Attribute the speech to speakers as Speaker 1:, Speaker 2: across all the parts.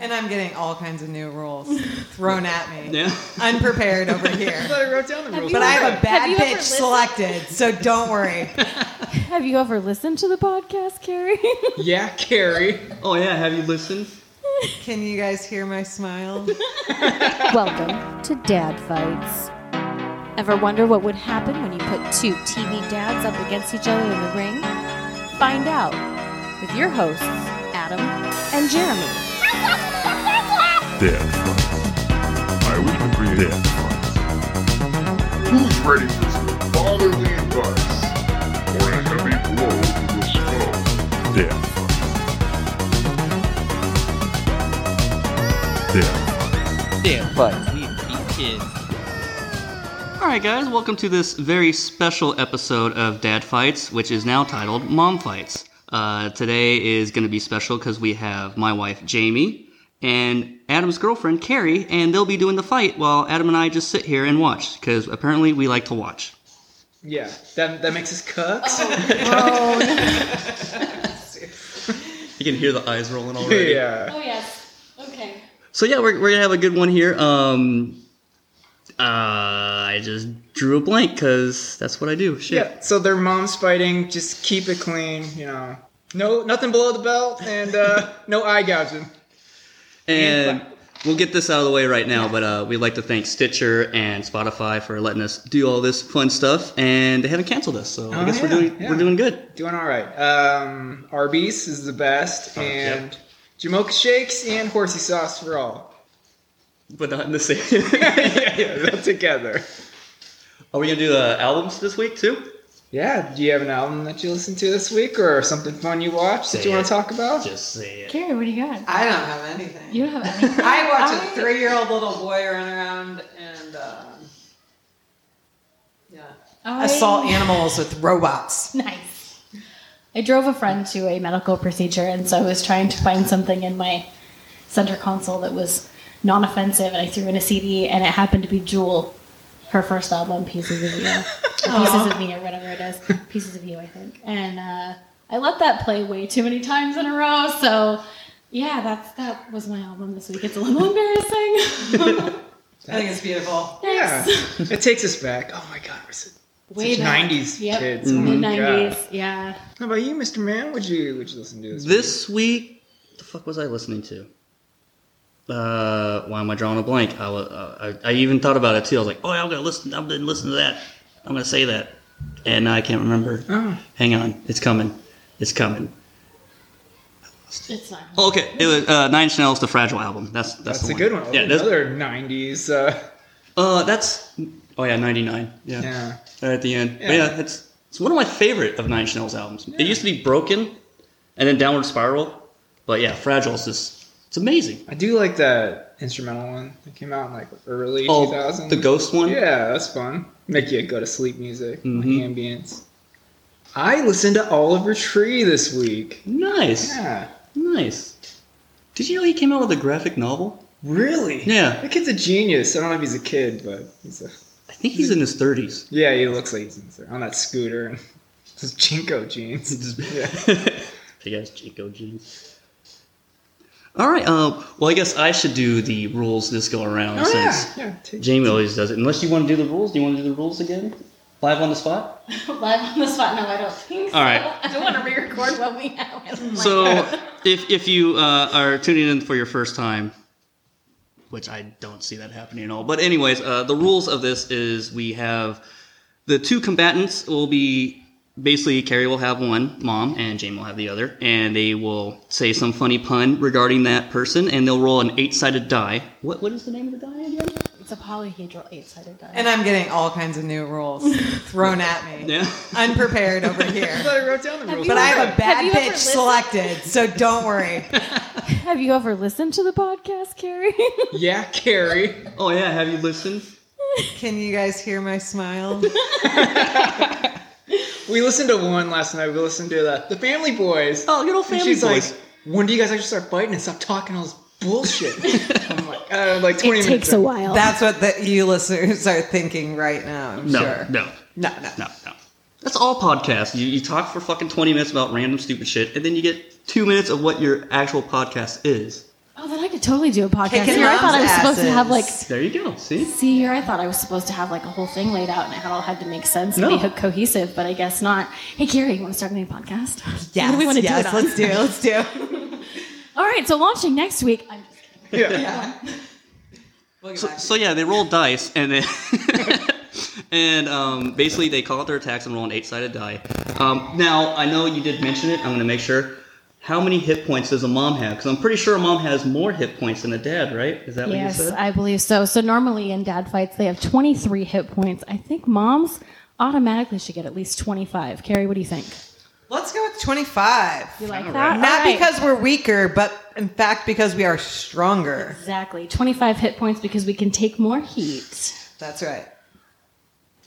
Speaker 1: And I'm getting all kinds of new rules thrown at me,
Speaker 2: Yeah.
Speaker 1: unprepared over
Speaker 2: I
Speaker 1: here.
Speaker 2: thought I wrote down the rules.
Speaker 1: But I have a
Speaker 3: Have
Speaker 1: bad
Speaker 3: you ever
Speaker 1: bitch
Speaker 3: listened?
Speaker 1: selected, so don't worry.
Speaker 3: Have you ever listened to the podcast, Carrie?
Speaker 2: yeah, Carrie. Oh yeah, have you listened?
Speaker 1: Can you guys hear my smile?
Speaker 3: Welcome to Dad Fights. Ever wonder what would happen when you put two TV dads up against each other in the ring? Find out with your hosts, Adam and Jeremy.
Speaker 4: Dead
Speaker 5: Are we
Speaker 4: Dead
Speaker 5: Who's ready for some fatherly advice? Or a heavy blow to the skull?
Speaker 4: Dead Dead
Speaker 2: Damn, but we be kids. All right, guys, welcome to this very special episode of Dad Fights, which is now titled Mom Fights. Uh, today is going to be special because we have my wife Jamie and Adam's girlfriend Carrie, and they'll be doing the fight while Adam and I just sit here and watch because apparently we like to watch.
Speaker 6: Yeah, that, that makes us cooks.
Speaker 2: You can hear the eyes rolling already.
Speaker 6: yeah.
Speaker 3: Oh, yes. Okay.
Speaker 2: So yeah, we're, we're gonna have a good one here. Um, uh, I just drew a blank because that's what I do. Shit.
Speaker 6: Yeah. So their mom's fighting. Just keep it clean. You know, no nothing below the belt and uh, no eye gouging.
Speaker 2: And we'll get this out of the way right now, but uh, we'd like to thank Stitcher and Spotify for letting us do all this fun stuff, and they haven't canceled us, so I
Speaker 6: Oh,
Speaker 2: guess we're
Speaker 6: yeah,
Speaker 2: doing
Speaker 6: yeah.
Speaker 2: we're doing good.
Speaker 6: Doing all right. Um, Arby's is the best,
Speaker 2: Oh,
Speaker 6: and Jamocha shakes and horsey sauce for all.
Speaker 2: But not in the same.
Speaker 6: yeah, together.
Speaker 2: Are we gonna do uh, albums this week too?
Speaker 6: Yeah. Do you have an album that you listened to this week, or something fun you watched that you
Speaker 2: Say
Speaker 6: want to
Speaker 2: it.
Speaker 6: talk about?
Speaker 2: Just say it.
Speaker 3: Carrie, what do you got?
Speaker 1: I don't have anything.
Speaker 3: You don't have any.
Speaker 1: I watch
Speaker 3: I-
Speaker 1: a three-year-old little boy run around and um, yeah,
Speaker 3: I-
Speaker 1: assault animals with robots.
Speaker 3: Nice. I drove a friend to a medical procedure, and so I was trying to find something in my center console that was non offensive, and I threw in a CD, and it happened to be Jewel, her first album, Pieces of You. Or Pieces of Me, or whatever it is. Pieces of You, I think. And uh, I let that play way too many times in a row, so. Yeah, that's that was my album this week. It's a little embarrassing.
Speaker 1: I think it's beautiful.
Speaker 6: Yeah.
Speaker 3: Thanks.
Speaker 6: it takes us back. Oh my God. We're so-
Speaker 3: Way
Speaker 6: such
Speaker 3: back.
Speaker 6: 90s
Speaker 3: Yep.
Speaker 6: kids. Oh my God.
Speaker 3: Mid nineties, yeah.
Speaker 6: How about you, Mr. Man? Would you would you listen to this?
Speaker 2: This week, the fuck was I listening to? Uh, why am I drawing a blank? I, wa- uh, I, I even thought about it too. I was like, oh, I'm gonna listen. I'm gonna listen to that. I'm gonna say that, and I can't remember.
Speaker 6: Oh.
Speaker 2: Hang on, it's coming. It's coming.
Speaker 3: It's not
Speaker 2: Oh, okay, it was uh, Nine Inch Nails, the Fragile album. That's that's,
Speaker 6: That's
Speaker 2: the
Speaker 6: a good one. Oh,
Speaker 2: Yeah, that's,
Speaker 6: another '90s. Uh,
Speaker 2: uh, that's oh yeah, ninety nine. Yeah,
Speaker 6: yeah,
Speaker 2: Right at the end. But
Speaker 6: Yeah.
Speaker 2: yeah, it's it's one of my favorite of Nine Inch Nails albums. It used to be Broken, and then Downward Spiral, but yeah, Fragile is just it's amazing.
Speaker 6: I do like that instrumental one that came out in like early
Speaker 2: Oh,
Speaker 6: 2000s.
Speaker 2: the Ghost one.
Speaker 6: Yeah, that's fun. Make you go to sleep music, like
Speaker 2: Mhm.
Speaker 6: ambience. I listened to Oliver Tree this week.
Speaker 2: Nice,
Speaker 6: Yeah,
Speaker 2: nice. Did you know he came out with a graphic novel?
Speaker 6: really.
Speaker 2: Yeah,
Speaker 6: That kid's a genius. I don't know if he's a kid, but he's a
Speaker 2: I think he's in his thirties.
Speaker 6: yeah. He looks like he's in there on that scooter and those Jinko jeans. yeah.
Speaker 2: Big ass Chico jeans. All right. Uh, well, I guess I should do the rules this go around
Speaker 6: Oh yeah,
Speaker 2: since
Speaker 6: yeah. take-
Speaker 2: Jamie always does it. Unless you want to do the rules, do you want to do the rules again? Live on the spot.
Speaker 3: live on the spot. No, I don't think so.
Speaker 2: All right.
Speaker 3: I don't want to re-record what we have.
Speaker 2: So, if if you uh, are tuning in for your first time, which I don't see that happening at all. But anyways, uh, the rules of this is we have the two combatants will be basically Carrie will have one mom and Jamie will have the other, and they will say some funny pun regarding that person, and they'll roll an eight-sided die. What what is the name of the die again?
Speaker 3: it's a polyhedral eight-sided die.
Speaker 1: And I'm getting all kinds of new rules thrown at me,
Speaker 2: Yeah.
Speaker 1: unprepared over
Speaker 6: I
Speaker 1: here.
Speaker 6: thought I wrote down the rules.
Speaker 1: But I have a
Speaker 3: Have
Speaker 1: bad
Speaker 3: you ever
Speaker 1: bitch
Speaker 3: listened-
Speaker 1: selected, so don't worry.
Speaker 3: have you ever listened to the podcast, Carrie?
Speaker 6: yeah, Carrie.
Speaker 2: Oh yeah, have you listened?
Speaker 1: Can you guys hear my smile?
Speaker 6: We listened to one last night. We listened to the, the Family Boys.
Speaker 2: Oh, good old
Speaker 6: and
Speaker 2: family
Speaker 6: she's
Speaker 2: boys.
Speaker 6: like, when do you guys actually start fighting and stop talking all this bullshit? I'm like, uh, like 20 minutes. in.
Speaker 3: while.
Speaker 1: That's what the, you listeners are thinking right now. I'm
Speaker 2: no,
Speaker 1: sure.
Speaker 2: no,
Speaker 1: no, no,
Speaker 2: no, no. That's all podcasts. You, you talk for fucking 20 minutes about random stupid shit, and then you get two minutes of what your actual podcast is.
Speaker 3: Oh, then I could totally do a podcast.
Speaker 1: Kicking
Speaker 3: Here, I thought I was
Speaker 1: mom's
Speaker 3: supposed to have like.
Speaker 1: asses.
Speaker 2: There you go. See?
Speaker 3: See, here I thought I was supposed to have like a whole thing laid out and it all had to make sense and
Speaker 2: No.
Speaker 3: be ho- cohesive, but I guess not. Hey, Carrie, you want to start a new podcast?
Speaker 1: Yes,
Speaker 3: what do we want to
Speaker 1: yes,
Speaker 3: do it on?
Speaker 1: let's do it. Let's do it.
Speaker 3: All right, so launching next week. I'm just kidding.
Speaker 1: We'll get
Speaker 2: So,
Speaker 1: back to
Speaker 2: so yeah, they roll dice and then and um, basically they call out their attacks and roll an eight-sided die. Um, now I know you did mention it. I'm going to make sure. How many hit points does a mom have? Because I'm pretty sure a mom has more hit points than a dad, right? Is that what you
Speaker 3: Yes,
Speaker 2: said?
Speaker 3: I believe so. So normally in dad fights, they have 23 hit points. I think moms automatically should get at least 25. Carrie, what do you think?
Speaker 1: Let's go with 25.
Speaker 3: You like
Speaker 2: All
Speaker 3: that?
Speaker 2: right.
Speaker 3: All
Speaker 1: Not
Speaker 3: right.
Speaker 1: because we're weaker, but in fact because we are stronger.
Speaker 3: Exactly. 25 hit points because we can take more heat.
Speaker 1: That's right.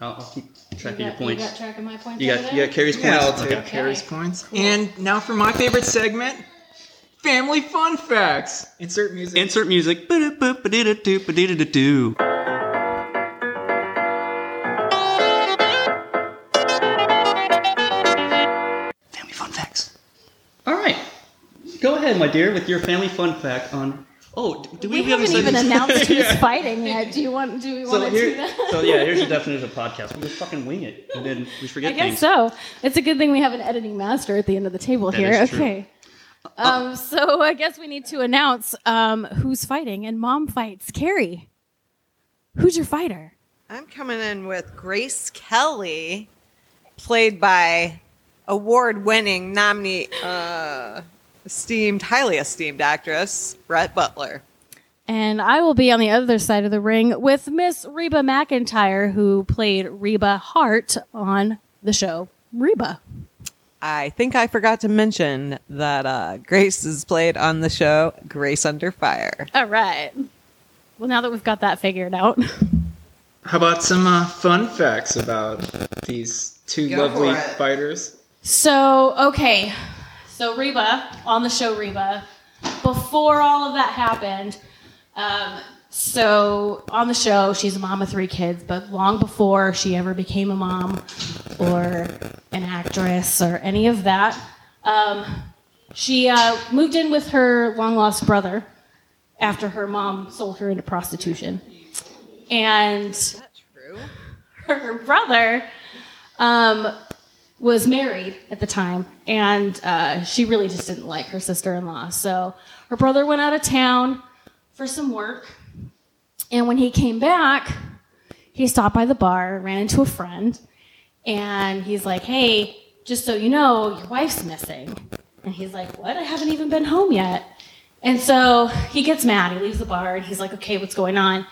Speaker 2: I'll, I'll keep track of
Speaker 3: You
Speaker 2: your
Speaker 3: got-
Speaker 2: points.
Speaker 3: You got track of my points?
Speaker 2: You got,
Speaker 3: over
Speaker 2: you
Speaker 3: there?
Speaker 2: got Carrie's
Speaker 6: Yeah,
Speaker 2: points.
Speaker 6: I'll take
Speaker 2: Okay.
Speaker 6: Carrie's points.
Speaker 3: Cool.
Speaker 6: And now for my favorite segment family fun facts. Insert music.
Speaker 2: Insert music. Ba-da-ba, ba-da-da-doo, ba-da-da-da-doo. Family fun facts. All right, go ahead, my dear, with your family fun fact on. Oh, d- do we,
Speaker 3: we,
Speaker 2: we
Speaker 3: haven't
Speaker 2: said-
Speaker 3: even announced who's
Speaker 2: Yeah.
Speaker 3: fighting yet. Do you want? Do we
Speaker 2: So
Speaker 3: want to do
Speaker 2: here,
Speaker 3: that?
Speaker 2: so yeah, here's the definition of podcast. We just fucking wing it, and then we forget
Speaker 3: I guess
Speaker 2: things.
Speaker 3: so. It's a good thing we have an editing master at the end of the table
Speaker 2: That
Speaker 3: here.
Speaker 2: is true. Oh.
Speaker 3: Okay. Um, so I guess we need to announce um, who's fighting, and mom fights Carrie. Who's your fighter?
Speaker 1: I'm coming in with Grace Kelly, played by award-winning nominee, uh, esteemed, highly esteemed actress Rhett Butler.
Speaker 3: And I will be on the other side of the ring with Miss Reba McIntyre, who played Reba Hart on the show Reba.
Speaker 1: I think I forgot to mention that uh, Grace is played on the show Grace Under Fire.
Speaker 3: All right. Well, now that we've got that figured out,
Speaker 6: How about some uh, fun facts about these two
Speaker 1: Go
Speaker 6: lovely
Speaker 1: for it.
Speaker 6: fighters?
Speaker 3: So, okay. So, Reba, on the show Reba, before all of that happened, um, so on the show, she's a mom of three kids, but long before she ever became a mom or an actress or any of that, um, she uh, moved in with her long lost brother after her mom sold her into prostitution. And
Speaker 1: Is that true?
Speaker 3: her brother um, was married at the time, and uh, she really just didn't like her sister in law. So her brother went out of town for some work, and when he came back, he stopped by the bar, ran into a friend, and he's like, Hey, just so you know, your wife's missing. And he's like, What? I haven't even been home yet. And so he gets mad. He leaves the bar and he's like, Okay, what's going on?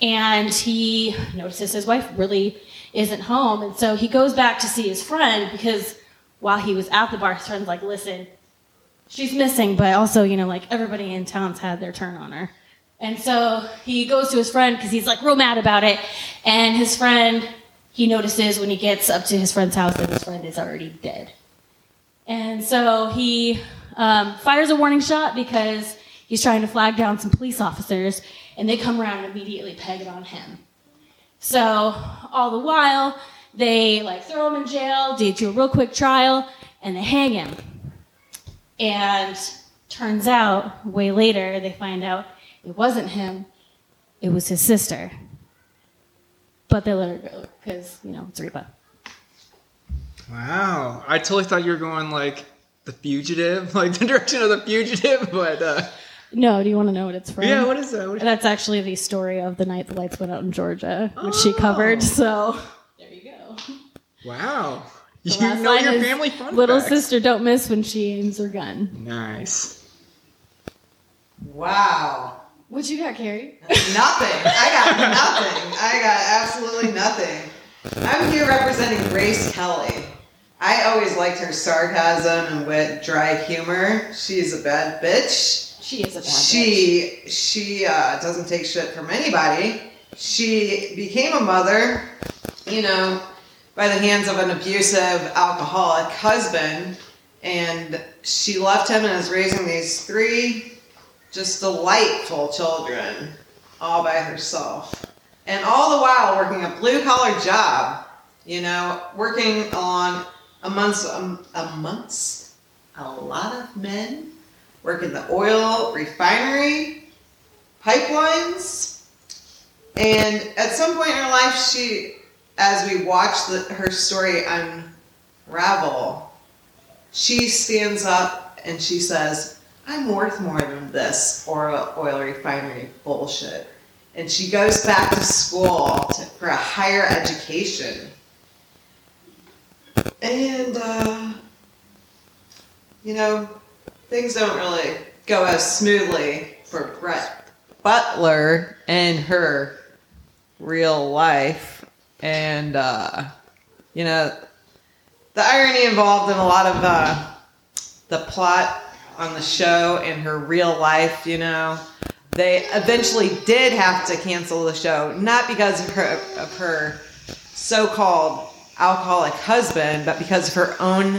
Speaker 3: And he notices his wife really isn't home. And so he goes back to see his friend because while he was at the bar, his friend's like, Listen, she's missing, but also, you know, like everybody in town's had their turn on her. And so he goes to his friend because he's like real mad about it. And his friend, he notices when he gets up to his friend's house that his friend is already dead. And so he um, fires a warning shot because he's trying to flag down some police officers, and they come around and immediately peg it on him. So all the while, they like throw him in jail, they do a real quick trial, and they hang him. And turns out, way later, they find out it wasn't him, it was his sister. But they let her go because, you know, it's Reba.
Speaker 6: Wow. I totally thought you were going like the fugitive, like the direction of the fugitive, but uh,
Speaker 3: No, do you want to know what it's from?
Speaker 6: yeah, what is that? What is
Speaker 3: That's actually the story of the night the lights went out in Georgia, which she covered. So Oh. there you go.
Speaker 6: Wow.
Speaker 3: The
Speaker 6: You
Speaker 3: last
Speaker 6: know
Speaker 3: line
Speaker 6: your
Speaker 3: is,
Speaker 6: family fun
Speaker 3: Little
Speaker 6: facts.
Speaker 3: sister, don't miss when she aims her gun.
Speaker 6: Nice.
Speaker 1: Wow.
Speaker 3: What you got, Carrie?
Speaker 1: Nothing. I got nothing. I got absolutely nothing. I'm here representing Grace Kelly. I always liked her sarcasm and wit, dry humor. She's a bad bitch.
Speaker 3: She is a bad
Speaker 1: she she uh, doesn't take shit from anybody. She became a mother, you know, by the hands of an abusive alcoholic husband, and she left him and is raising these three just delightful children all by herself, and all the while working a blue collar job, you know, working along amongst um, amongst a lot of men work in the oil refinery, pipelines, and at some point in her life, she, as we watch the, her story unravel, she stands up and she says, I'm worth more than this oil, oil refinery bullshit. And she goes back to school to, for a higher education. And, uh, you know, things don't really go as smoothly for Brett Butler and her real life. And, uh, you know, the irony involved in a lot of uh, the plot on the show and her real life, you know. They eventually did have to cancel the show, not because of her, of her so called alcoholic husband, but because of her own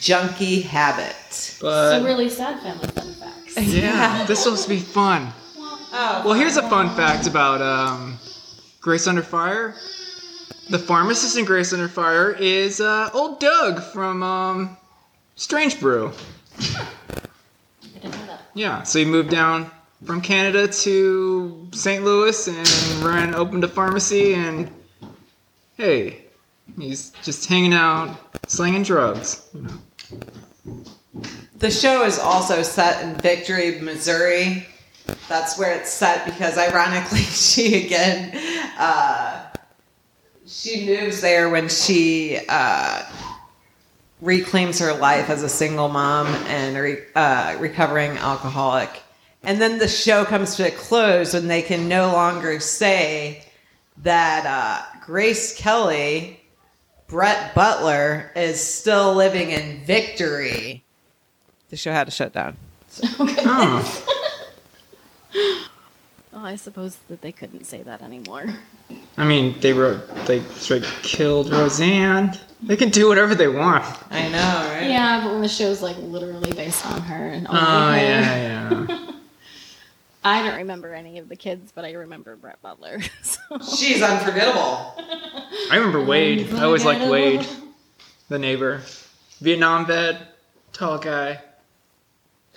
Speaker 1: junky habit.
Speaker 6: But
Speaker 3: Some really sad family fun facts.
Speaker 6: yeah, this is supposed to be fun.
Speaker 1: Oh,
Speaker 6: Well, here's a fun fact about um, Grace Under Fire. The pharmacist in Grace Under Fire is uh, old Doug from um, Strange Brew.
Speaker 3: I didn't know that.
Speaker 6: Yeah, so he moved down from Canada to St. Louis and ran opened a pharmacy and hey, he's just hanging out, slinging drugs. you know.
Speaker 1: The show is also set in Victory, Missouri. That's where it's set because, ironically, she again uh, she moves there when she uh, reclaims her life as a single mom and a re- uh, recovering alcoholic. And then the show comes to a close when they can no longer say that uh, Grace Kelly, Brett Butler, is still living in Victory. The show had to shut down.
Speaker 6: Oh,
Speaker 3: Oh, I suppose that they couldn't say that anymore.
Speaker 6: I mean, they wrote, they straight killed Roseanne. They can do whatever they want.
Speaker 3: Oh,
Speaker 1: I know, right?
Speaker 3: Yeah, but when the show's like literally based on her and
Speaker 6: Oh,
Speaker 3: only her.
Speaker 6: yeah, yeah.
Speaker 3: I don't remember any of the kids, but I remember Brett Butler. So.
Speaker 1: She's unforgettable.
Speaker 6: I remember Wade. I always liked Wade, the neighbor. Vietnam vet, tall guy,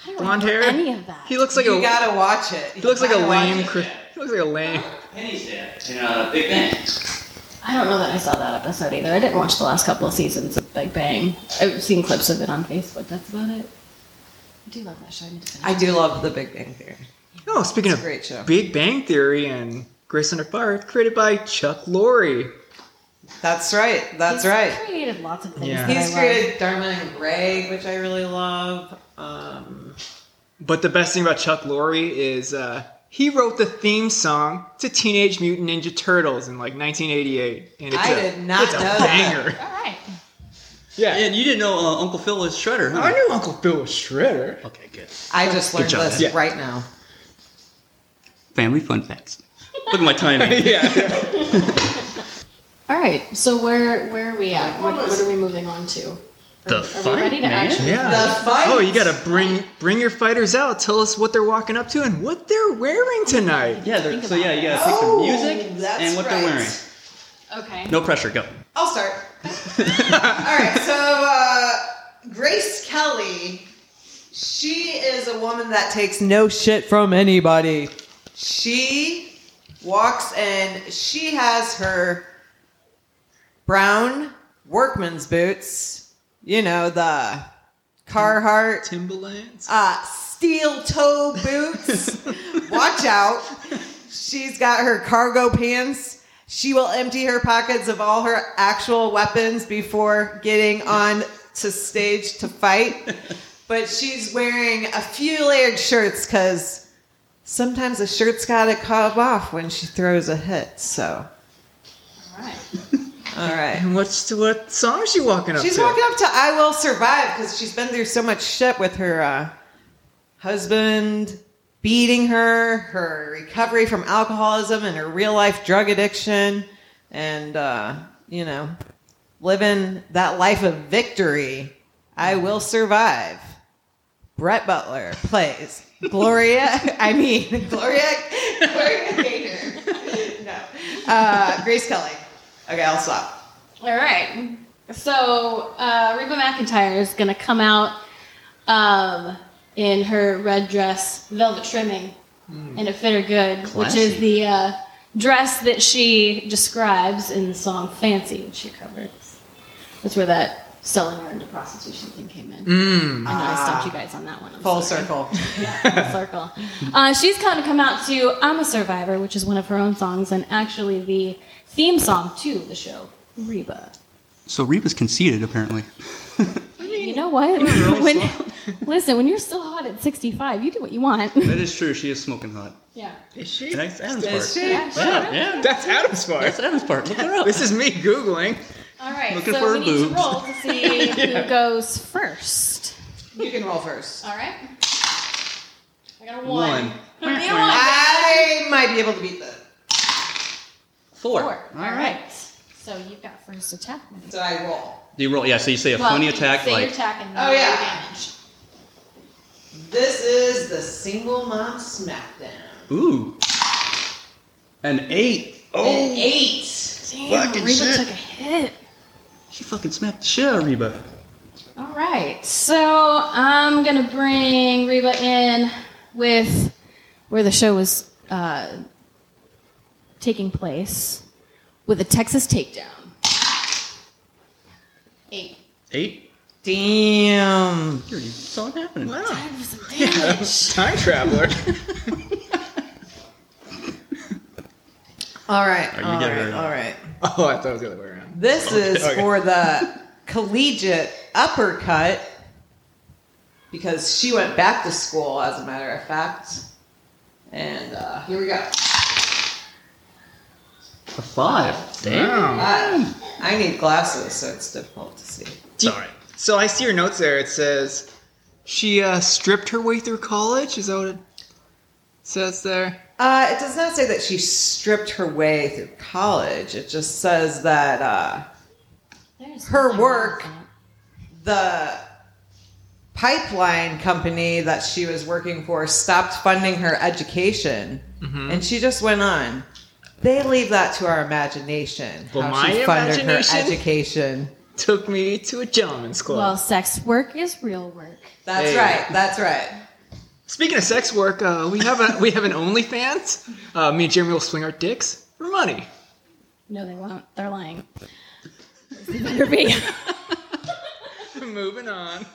Speaker 3: I don't
Speaker 6: blonde
Speaker 3: remember
Speaker 6: hair.
Speaker 3: Any of that?
Speaker 6: He looks like
Speaker 1: you
Speaker 6: a
Speaker 1: gotta watch it.
Speaker 6: he looks like a
Speaker 1: Gotta watch
Speaker 6: lame
Speaker 1: it.
Speaker 6: cri- he looks like a lame.
Speaker 2: Penny's dad in uh, Big Bang.
Speaker 3: I don't know that I saw that episode either. I didn't watch the last couple of seasons of Big Bang. I've seen clips of it on Facebook. That's about it. I do love that show. I need to finish.
Speaker 1: I do love The Big Bang Theory.
Speaker 6: Oh, speaking
Speaker 1: It's
Speaker 6: of
Speaker 1: a great show.
Speaker 6: Big Bang Theory and Grace Under Fire, it's created by Chuck Lorre.
Speaker 1: That's right. That's
Speaker 3: He's
Speaker 1: right.
Speaker 3: Created lots of things.
Speaker 6: Yeah.
Speaker 3: Yeah.
Speaker 6: that
Speaker 1: He's created Dharma and Greg, which I really love. Um,
Speaker 6: But the best thing about Chuck Lorre is uh, he wrote the theme song to Teenage Mutant Ninja Turtles in like 1988, and it's
Speaker 1: I
Speaker 6: a-
Speaker 1: did not
Speaker 6: it's a
Speaker 1: know that.
Speaker 6: banger.
Speaker 3: All right.
Speaker 6: Yeah.
Speaker 2: And you didn't know uh, Uncle Phil was Shredder, huh?
Speaker 6: I knew Uncle Phil was Shredder.
Speaker 2: Okay, good.
Speaker 1: I just learned
Speaker 2: job,
Speaker 1: this
Speaker 6: Ed. Yeah.
Speaker 1: right now.
Speaker 2: Family fun facts. Look at my timing.
Speaker 6: yeah.
Speaker 3: All right. So where where are we at? What, what are we moving on to?
Speaker 2: the
Speaker 3: Are we
Speaker 2: fight,
Speaker 3: ready to
Speaker 2: man.
Speaker 3: action?
Speaker 6: Yeah.
Speaker 1: The fight.
Speaker 6: Oh, you gotta bring bring your fighters out. Tell us what they're walking up to and what they're wearing tonight.
Speaker 2: Yeah, they're, so yeah, you gotta pick
Speaker 1: Oh,
Speaker 2: the music
Speaker 1: that's
Speaker 2: and what
Speaker 1: right.
Speaker 2: they're wearing.
Speaker 3: Okay.
Speaker 2: No pressure, go.
Speaker 1: I'll start. All right, so uh, Grace Kelly, she is a woman that takes no shit from anybody. She walks in, she has her brown workman's boots, you know, the Carhartt
Speaker 6: Timberlands.
Speaker 1: uh, steel toe boots. Watch out. She's got her cargo pants. She will empty her pockets of all her actual weapons before getting on to stage to fight. But she's wearing a few layered shirts because sometimes a shirt's got to come off when she throws a hit. So,
Speaker 3: All right.
Speaker 1: all right.
Speaker 6: And what's what song is she walking up
Speaker 1: She's
Speaker 6: to?
Speaker 1: walking up to I Will Survive because she's been through so much shit with her uh, husband beating her, her recovery from alcoholism, and her real life drug addiction, and, uh, you know, living that life of victory. I Will Survive. Brett Butler plays Gloria, I mean, Gloria, Gloria Gaynor. No. Uh, Grace Kelly. Okay, I'll stop.
Speaker 3: All right. So uh, Reba McIntyre is going to come out. Um, in her red dress, velvet trimming, and it fit her good, which is
Speaker 2: Classy.
Speaker 3: the uh, dress that she describes in the song "Fancy," which she covered. That's where that selling her into prostitution thing came in.
Speaker 6: Mm.
Speaker 3: I know I stopped you guys on that one. I'm
Speaker 1: Full
Speaker 3: sorry.
Speaker 1: circle.
Speaker 3: Full circle. Uh, she's kind of come out to "I'm a Survivor," which is one of her own songs, and actually the theme song to the show, Reba.
Speaker 2: So Reba's conceited, apparently.
Speaker 3: You know what? When- listen, when you're still hot at 65, you do what you want.
Speaker 2: That is true. She is smoking hot.
Speaker 3: Yeah.
Speaker 6: Is she?
Speaker 2: That's Adam's
Speaker 1: Is
Speaker 2: part.
Speaker 1: she?
Speaker 3: Yeah, sure.
Speaker 2: Yeah, yeah.
Speaker 6: That's Adam's
Speaker 2: That's
Speaker 6: part.
Speaker 2: Adam's part. Look her up.
Speaker 6: This is me googling.
Speaker 3: All right.
Speaker 2: Looking
Speaker 3: so
Speaker 2: for her
Speaker 3: we need
Speaker 2: boobs.
Speaker 3: to roll to see who goes first.
Speaker 1: You can roll first.
Speaker 3: All right. I got a
Speaker 6: One.
Speaker 3: one. Put me a one.
Speaker 1: I might be able to beat that.
Speaker 2: four.
Speaker 3: Four.
Speaker 2: All
Speaker 3: All
Speaker 2: right.
Speaker 3: right. So you've got first attack.
Speaker 1: So I roll.
Speaker 2: You roll. Yeah. So you say a
Speaker 3: Well,
Speaker 2: funny attack,
Speaker 3: Say
Speaker 2: like
Speaker 3: your attack and
Speaker 1: Oh,
Speaker 3: roll your
Speaker 1: yeah.
Speaker 3: damage.
Speaker 1: This is the single mom smackdown.
Speaker 2: ooh, an eight.
Speaker 1: An eight.
Speaker 3: Damn,
Speaker 2: Fucking
Speaker 3: Reba
Speaker 2: shit.
Speaker 3: took a hit.
Speaker 2: She fucking smacked the shit out of Reba.
Speaker 3: All right. So I'm going to bring Reba in with where the show was uh, taking place with a Texas takedown. Eight.
Speaker 2: Eight.
Speaker 1: Damn.
Speaker 2: You already saw it happening.
Speaker 6: Wow.
Speaker 3: That was some damage.
Speaker 6: Time traveler.
Speaker 1: All right.
Speaker 2: you
Speaker 1: all
Speaker 2: get
Speaker 1: right.
Speaker 2: her.
Speaker 1: All right.
Speaker 6: Oh, I thought it was the other way around.
Speaker 1: This is
Speaker 6: okay.
Speaker 1: for the collegiate uppercut because she went back to school, as a matter of fact. And uh, here we go.
Speaker 2: A five.
Speaker 6: Wow.
Speaker 1: I, I need glasses, so it's difficult to see.
Speaker 2: Sorry.
Speaker 6: So I see your notes there. It says she uh, stripped her way through college. Is that what it says there?
Speaker 1: Uh, it does not say that she stripped her way through college. It just says that uh,
Speaker 3: There's
Speaker 1: Her
Speaker 3: nothing wrong
Speaker 1: work.
Speaker 3: with that.
Speaker 1: the pipeline company that she was working for stopped funding her education
Speaker 6: Mm-hmm.
Speaker 1: and she just went on they leave that to our imagination
Speaker 6: Well,
Speaker 1: how
Speaker 6: my
Speaker 1: she funded
Speaker 6: imagination-
Speaker 1: her education
Speaker 6: Took me to a gentleman's club.
Speaker 3: Well, sex work is real work.
Speaker 1: that's
Speaker 6: Hey.
Speaker 1: right that's right
Speaker 6: Speaking of sex work, uh, we have a we have an OnlyFans. Uh, me and Jeremy will swing our dicks for money.
Speaker 3: No, they won't. They're lying. They better be. Is
Speaker 6: Moving on.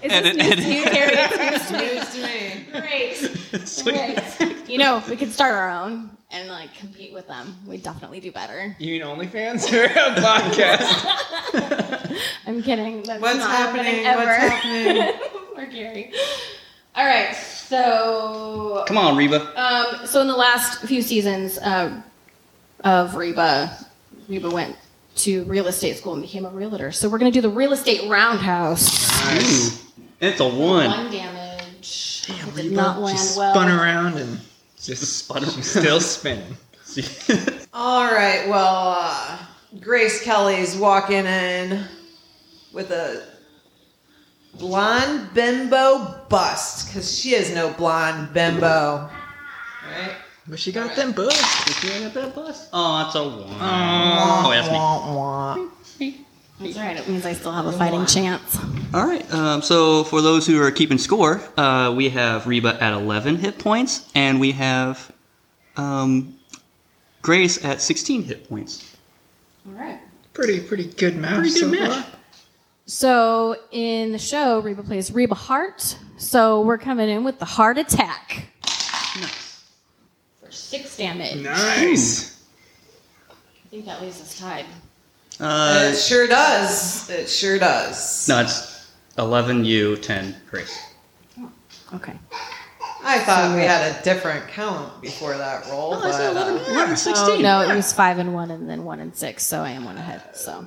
Speaker 3: this news to you, Carrie? It's news to
Speaker 1: News
Speaker 3: me.
Speaker 1: to me.
Speaker 3: Great.
Speaker 2: So you-
Speaker 3: Great. You know, we could start our own and like compete with them. We definitely do better.
Speaker 6: You mean OnlyFans or a podcast?
Speaker 3: I'm kidding. That's
Speaker 1: What's
Speaker 3: not
Speaker 1: happening? What's
Speaker 3: Ever.
Speaker 1: happening?
Speaker 3: Poor Carrie. All right. So
Speaker 2: Come on, Reba.
Speaker 3: Um, so in the last few seasons uh, of Reba, Reba went to real estate school and became a realtor. So we're going to do the real estate roundhouse.
Speaker 2: Ooh. It's a one.
Speaker 3: One damage. It did
Speaker 6: Reba
Speaker 3: not land
Speaker 6: just
Speaker 3: well.
Speaker 6: Spun around and
Speaker 2: Just
Speaker 6: just
Speaker 2: spun around.
Speaker 6: She's still spinning.
Speaker 1: all right well uh, grace kelly's walking in with a blonde bimbo bust because she is no blonde bimbo right
Speaker 6: But she got them boobs.
Speaker 2: Oh, it's a one. Oh, that's me.
Speaker 3: That's all right. It means I still have a fighting chance.
Speaker 2: All right. Um, so for those who are keeping score, uh, we have Reba at 11 hit points, and we have um, Grace at 16 hit points.
Speaker 3: All right.
Speaker 6: Pretty pretty good match.
Speaker 2: Pretty good
Speaker 6: so
Speaker 2: match.
Speaker 6: far.
Speaker 3: So in the show, Reba plays Reba Hart. So we're coming in with the heart attack
Speaker 2: Nice.
Speaker 3: for six damage.
Speaker 6: Nice.
Speaker 3: I think that leaves us tied.
Speaker 2: Uh,
Speaker 1: it sure does. It sure does.
Speaker 2: no, it's 11 you, 10 Grace.
Speaker 3: Okay.
Speaker 1: I thought we had a different count before that roll, but uh,
Speaker 2: We're at 16.
Speaker 3: No, it was five and one, and then one and six. So I am one ahead. So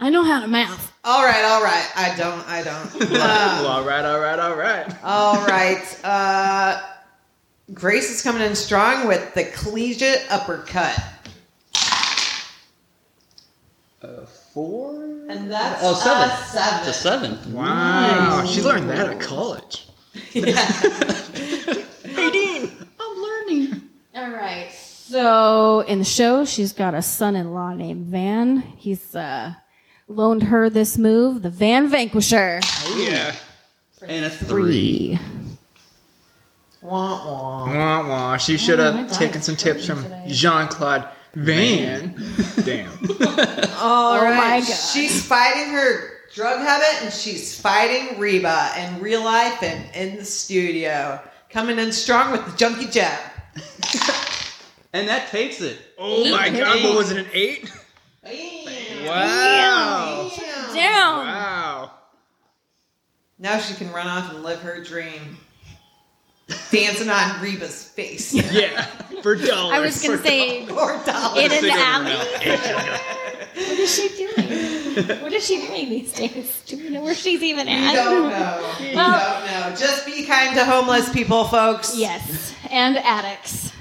Speaker 3: I know how to math.
Speaker 1: all right, all right. I don't. I don't.
Speaker 6: Well,
Speaker 1: Uh,
Speaker 6: all right, all right, all right.
Speaker 3: Oh.
Speaker 1: all right. Uh, Grace is coming in strong with the collegiate uppercut,
Speaker 2: Uh, four?
Speaker 1: and that's
Speaker 2: Oh, seven.
Speaker 1: a seven.
Speaker 2: It's a seven.
Speaker 6: Wow, Oh, she learned that at college.
Speaker 2: Hey, Dean, I'm learning.
Speaker 3: All right. So in the show, she's got a son-in-law named Van. He's uh, loaned her this move, the Van Vanquisher.
Speaker 6: Oh yeah.
Speaker 2: and a three.
Speaker 4: Three.
Speaker 1: Wah, wah.
Speaker 6: Wah wah. She should have taken some tips from Jean Claude Van. Damn.
Speaker 1: All right.
Speaker 3: my God.
Speaker 1: She's fighting her drug habit and she's fighting Reba in real life and in the studio. Coming in strong with the junkie jab.
Speaker 2: And that takes it.
Speaker 6: Oh my god, what was it, an eight?
Speaker 1: Damn.
Speaker 6: Wow.
Speaker 1: Damn.
Speaker 3: Down.
Speaker 6: Wow.
Speaker 1: Now she can run off and live her dream. Dancing on Reba's face.
Speaker 6: Yeah. For dollars.
Speaker 4: I was gonna
Speaker 6: for
Speaker 4: say
Speaker 1: Four dollars.
Speaker 4: in an
Speaker 2: Stick over
Speaker 4: alley.
Speaker 2: now.
Speaker 3: What is she doing? what is she doing these days? Do we know where she's even
Speaker 1: You
Speaker 3: at?
Speaker 1: don't know. You
Speaker 3: Well-
Speaker 1: don't know. Just be kind to homeless people, folks.
Speaker 3: Yes, and addicts.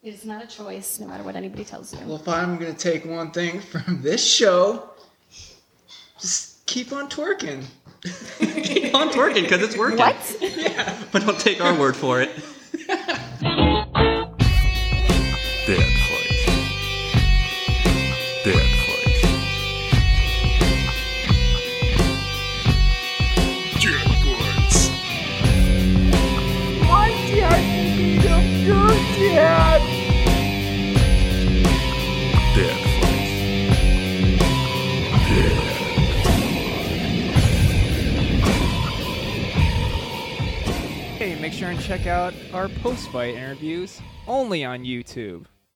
Speaker 3: It is not a choice, no matter what anybody tells you.
Speaker 6: Well, if I'm gonna take one thing from this show, just keep on twerking.
Speaker 2: Keep on twerking because it's working.
Speaker 3: What?
Speaker 2: But don't take our word for it.
Speaker 7: Deadpool. Deadpool.
Speaker 5: Jackboards.
Speaker 7: Deadpool.
Speaker 6: Hey, make sure and check out our post fight interviews only on YouTube.